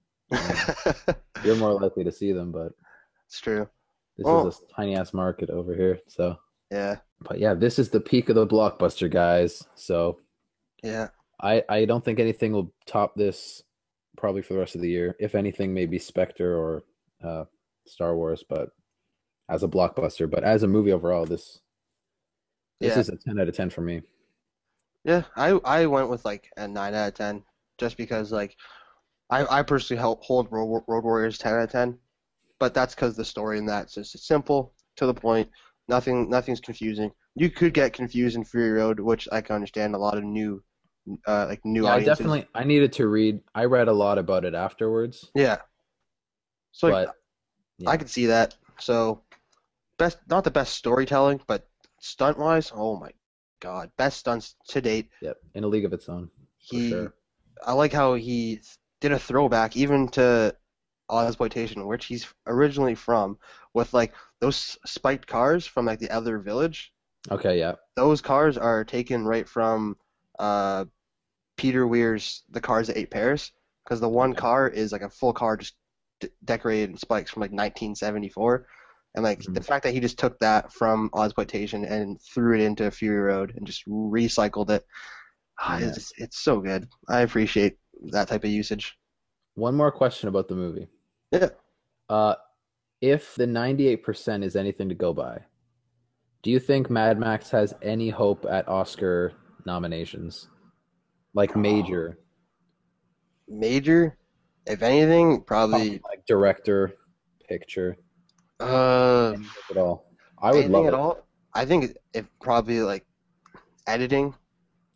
You're more likely to see them, but it's true. This Oh. is a tiny ass market over here. So, Yeah, but yeah, this is the peak of the blockbuster, guys. So yeah, I I don't think anything will top this probably for the rest of the year. If anything, maybe Spectre or uh, Star Wars, but as a blockbuster, but as a movie overall, this this Yeah. is a ten out of ten for me. yeah. I I went with like a nine out of ten just because like I, I personally help hold Road, War- Road Warriors 10 out of 10, but that's because the story in that's just it's simple, to the point. Nothing, nothing's confusing. You could get confused in Fury Road, which I can understand. A lot of new, uh, like new Yeah, I audiences. definitely I needed to read. I read a lot about it afterwards, Yeah. So like, but I could see that. So, best, not the best storytelling, but stunt wise, oh my god, best stunts to date. yeah, in a league of its own. For he sure. I like how he did a throwback even to Ozploitation, which he's originally from, with like those spiked cars from like the other village. Okay, yeah, Those cars are taken right from uh, Peter Weir's The Cars That Ate Paris, because the one car is like a full car just d- decorated in spikes from like 1974. And like Mm-hmm. the fact that he just took that from Ozploitation and threw it into Fury Road and just recycled it, ah, Yeah. it's, just- it's so good. I appreciate that type of usage. One more question about the movie. Yeah. Uh, if the 98% is anything to go by, do you think Mad Max has any hope at Oscar nominations? Like major, Major, if anything, probably like director, picture, uh, anything at all. Um, I would anything love at it. all. I think if probably like editing,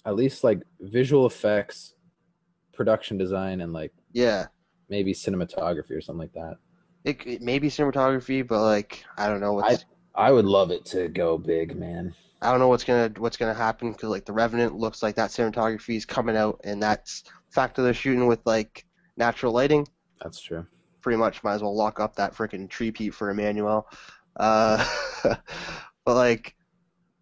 At least like visual effects, production design, and like yeah. maybe cinematography or something like that. It, it may be cinematography, but like I don't know what's I would love it to go big, man. I, don't know what's gonna what's gonna happen because like the Revenant looks like that cinematography is coming out, and that's the fact that they're shooting with like natural lighting. That's true. Pretty much, might as well lock up that freaking tree peat for Emmanuel. Uh, but like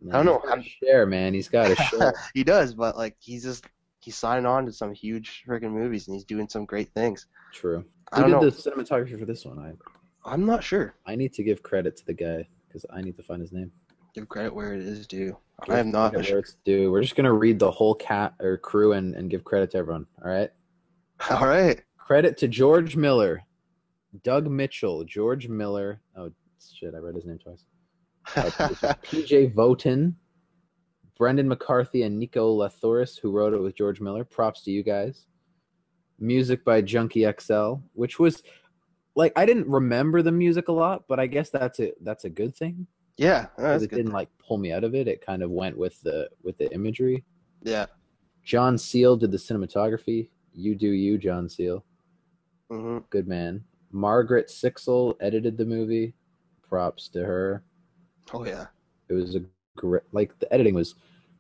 Man, I don't he's know, gotta I'm- Share, man. He's got to share. he does, but like he's just he's signing on to some huge freaking movies, and he's doing some great things. True. I Who did don't know. the cinematography for this one? I I'm not sure. I need to give credit to the guy because I need to find his name. Give credit where it is due. Give I am not credit sure. Where it's due. We're just gonna read the whole cat or crew and, and give credit to everyone. All right. All right. Credit to George Miller, Doug Mitchell, George Miller. Oh shit! I read his name twice. Uh, producer P.J. Voten, Brendan McCarthy, and Nico Lathoris, who wrote it with George Miller. Props to you guys. Music by Junkie XL, which was like I didn't remember the music a lot, but I guess that's a that's a good thing yeah, Oh, because that's it good. didn't like pull me out of it. It kind of went with the with the imagery. Yeah. John Seal did the cinematography. You do you, John Seal. hmm Good man. Margaret Sixel edited the movie. Props to her. Oh yeah. It was a great, like the editing was,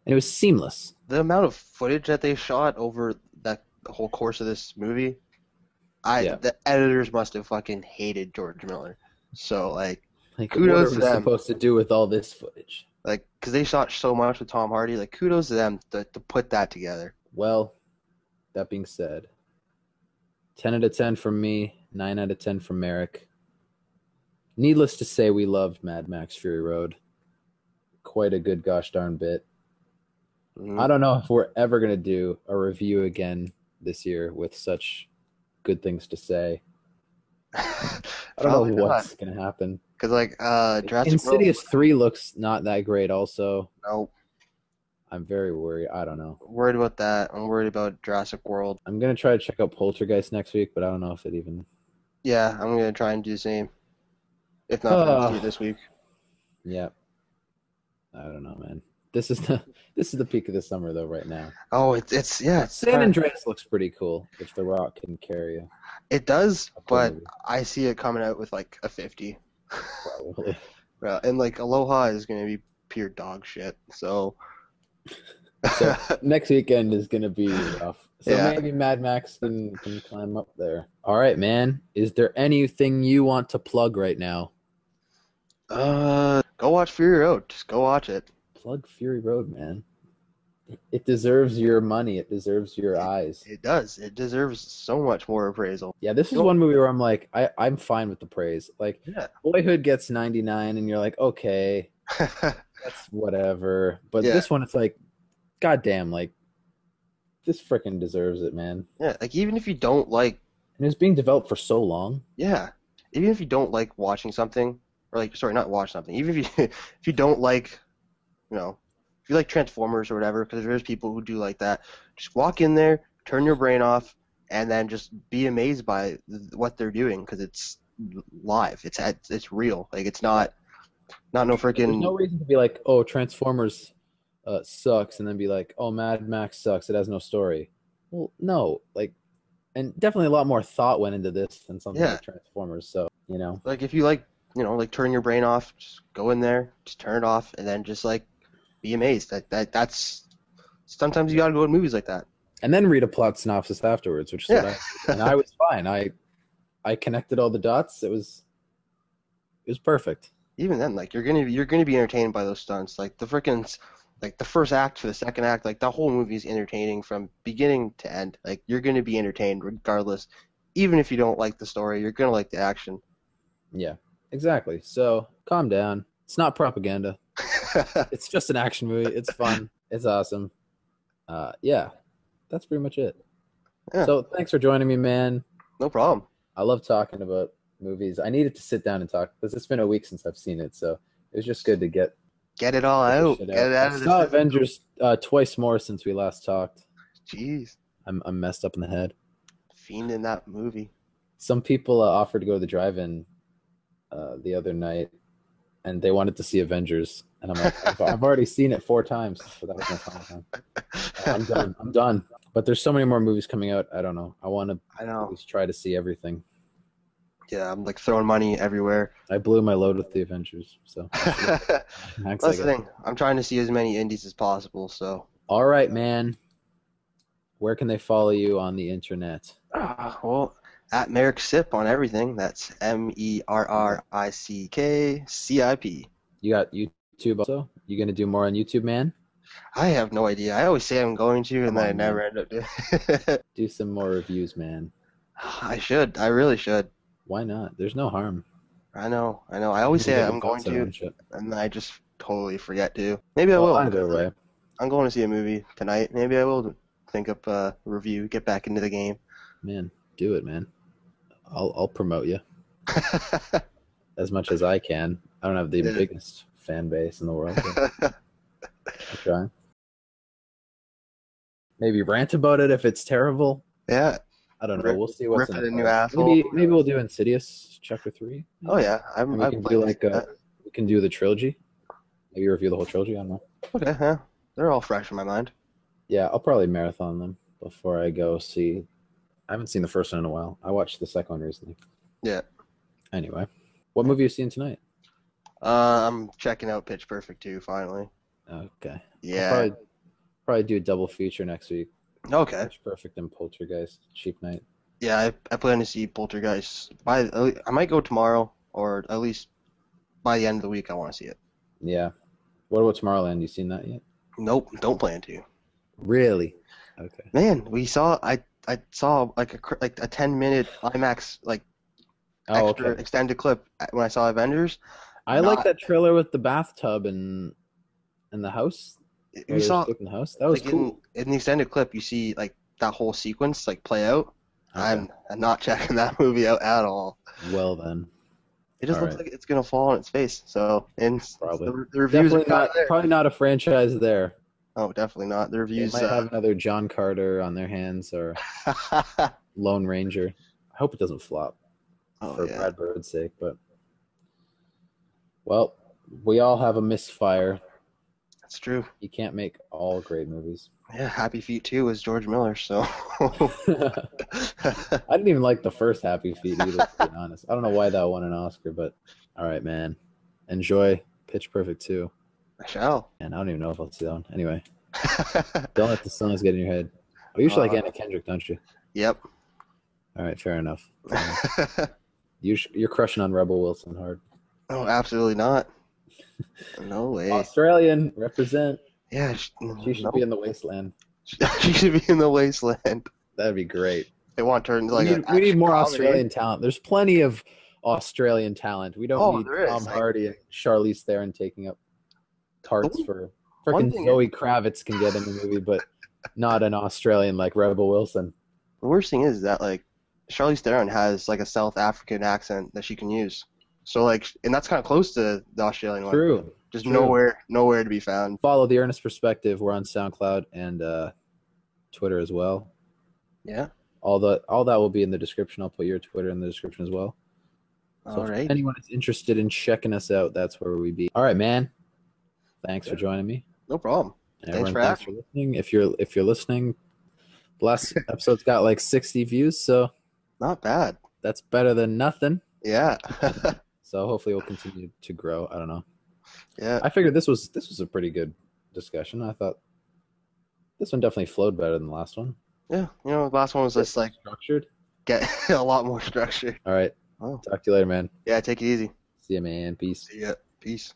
and it was seamless. the amount of footage that they shot over that the whole course of this movie, I Yeah. the editors must have fucking hated George Miller. So like, Like, Kudos to what are we them. supposed to do with all this footage? Like, because they shot so much with Tom Hardy. Like, kudos to them to, to put that together. Well, that being said, 10 out of 10 from me, 9 out of 10 from Merrick. Needless to say, we loved Mad Max Fury Road. Quite a good gosh darn bit. Mhm. I don't know if we're ever going to do a review again this year with such good things to say. I don't know what's going to happen. Because, like, uh, Jurassic Insidious 3 looks not that great, also. World. I'm very worried. I don't know. No, worried about that. I'm worried about Jurassic World. I'm going to try to check out Poltergeist next week, but I don't know if it even. Yeah, I'm gonna try and do the same. If not Ah. see it this week. Yeah. I don't know, man. This is the this is the peak of the summer though right now. Oh, it's it's yeah. It's San kinda- Andreas looks pretty cool if The Rock can carry a It does, a but movie, I see it coming out with like a 50. probably. Well, Uh, and like Aloha is gonna be pure dog shit. So, So- Next weekend is gonna be rough. So Yeah. maybe Mad Max can, can climb up there. All right, man. Is there anything you want to plug right now? uh, go watch Fury Road. Just go watch it. Plug Fury Road, man. It deserves your money. It deserves your eyes. It does. It deserves so much more appraisal. Yeah, this is Nope. one movie where I'm like, I, I'm fine with the praise. Like Yeah. Boyhood gets 99 and you're like, okay, that's whatever. But Yeah. this one, it's like, goddamn, like this freaking deserves it, man. yeah, like even if you don't like, And it's being developed for so long. yeah, even if you don't like watching something, or like sorry, not watch something. Even if you if you don't like, you know, if you like Transformers or whatever, because there's people who do like that. Just walk in there, turn your brain off, and then just be amazed by th- what they're doing because it's live. It's it's it's real. Like it's not not no There's freaking no reason to be like, oh, Transformers uh, sucks, and then be like, oh, Mad Max sucks. It has no story. Well, no, like, and definitely a lot more thought went into this than something Yeah. like Transformers. So you know, like if you like you know like turn your brain off just go in there just turn it off and then just like be amazed that, that that's sometimes you gotta go to movies like that and then read a plot synopsis afterwards, which is what I yeah and I was fine. I I connected all the dots. It was it was perfect. even then like you're gonna you're gonna be entertained by those stunts like the frickin' like the first act to the second act like the whole movie is entertaining from beginning to end like you're gonna be entertained regardless even if you don't like the story you're gonna like the action Yeah, exactly. So calm down. It's not propaganda. It's just an action movie. It's fun. It's awesome. Uh, yeah, that's pretty much it. Yeah. So thanks for joining me, man. no problem I love talking about movies. I needed to sit down and talk because it's been a week since I've seen it, so it was just good to get get it all this out shit Oh, get it out I of saw the Avengers uh, twice more since we last talked. jeez I'm I'm messed up in the head. fiend in that movie some people uh, offered to go to the drive-in uh, the other night and they wanted to see avengers and i'm like i've, I've already seen it four times so that was my final time. Uh, i'm done i'm done but there's so many more movies coming out i don't know i want to i at know least try to see everything Yeah, I'm like throwing money everywhere. i blew my load with the avengers so That's thanks, I the guess. thing. I'm trying to see as many indies as possible. So, all right man where can they follow you on the internet Ah, well, at Merrick Sip on everything. That's M E R R I C K C I P. you got youtube also you gonna do more on youtube man I have no idea. I always say I'm going to, Come and then I on, never end up doing. do some more reviews man I should. I really should. why not there's no harm I know. I know. I always say Get Oh, I'm your going thoughts out to, on shit. and then I just totally forget to. Maybe I Well, will. either way I'm going to see a movie tonight. Maybe I will think up a review, get back into the game. Man, do it, man. I'll I'll promote you as much as I can. I don't have the Yeah. biggest fan base in the world. but I'll try. Maybe rant about it if it's terrible. yeah. I don't know. Rip- We'll see what's rip in it a new cards. asshole. Maybe maybe we'll do Insidious Chapter Three. Oh yeah, I'm. And we I'm can do playing Uh, like uh, this- a, we can do the trilogy. Maybe review the whole trilogy. I don't know. Okay, huh? uh-huh. They're all fresh in my mind. Yeah, I'll probably marathon them before I go see. I haven't seen the first one in a while. I watched the second one recently. Yeah. Anyway, what movie are you seeing tonight? Uh, I'm checking out Pitch Perfect too. Finally. Okay. I'll Yeah. Probably, probably do a double feature next week. Okay. Pitch Perfect and Poltergeist, Cheap Night. Yeah, I, I plan to see Poltergeist. By I might go tomorrow or at least by the end of the week, I want to see it. Yeah. What about Tomorrowland? You seen that yet? Nope, don't plan to. Really? Okay. Man, we saw I I saw like a cr- like a ten minute IMAX like Oh, extra okay. extended clip at- when I saw Avengers. I like not- that trailer with the bathtub and and the house. We We saw in the house. That was like, cool. in, in the extended clip, you see like that whole sequence like play out. Uh-huh. I'm, I'm not checking that movie out at all. Okay. well then. It just All looks right. like it's gonna fall on its face. So and s- Probably. the, the reviews Definitely are not not. there. Probably not a franchise there. Oh, definitely not. The They reviews. might have another John Carter on their hands or uh, Lone Ranger. I hope it doesn't flop oh, for yeah. Brad Bird's sake. But well, we all have a misfire. That's true. You can't make all great movies. Yeah, Happy Feet too was George Miller. So I didn't even like the first Happy Feet either, to be honest. I don't know why that won an Oscar, but all right, man. Enjoy Pitch Perfect 2. I shall. And I don't even know if I'll see that one. Anyway, don't let the songs get in your head. Oh, you should like Uh, Anna Kendrick, don't you? yep. All right, fair enough. You sh- you're crushing on Rebel Wilson hard. no, absolutely not. No way. Australian, represent. Yeah, she, She should Oh, no. be in the wasteland. she should be in the wasteland. That'd be great. They want to turn into we, like need, an we need action more comedy. Australian talent. There's plenty of Australian talent. We don't Oh, need there is. Tom I- Hardy and Charlize Theron taking up tarts One- for one freaking thing- Zoe Kravitz can get in the movie, but not an Australian like Rebel Wilson. The worst thing is that like Charlize Theron has like a South African accent that she can use. So like, and that's kind of close to the Australian one. True. Just true. nowhere, nowhere to be found. Follow the Earnest Perspective. We're on SoundCloud and uh, Twitter as well. Yeah. All the all that will be in the description. I'll put your Twitter in the description as well. So All if right. anyone is interested in checking us out, that's where we be. All right, man. Thanks for Yeah. joining me. No problem. And Thanks everyone, for thanks for listening. If you're if you're listening, the last episode's got like 60 views, so Not bad. that's better than nothing. Yeah. So hopefully we'll continue to grow. I don't know. yeah. I figured this was this was a pretty good discussion. I thought this one definitely flowed better than the last one. Yeah. You know, the last one was just like Structured. get a lot more structure. All right. Oh. Talk to you later, man. Yeah. Take it easy. See you, man. Peace. See ya. Peace.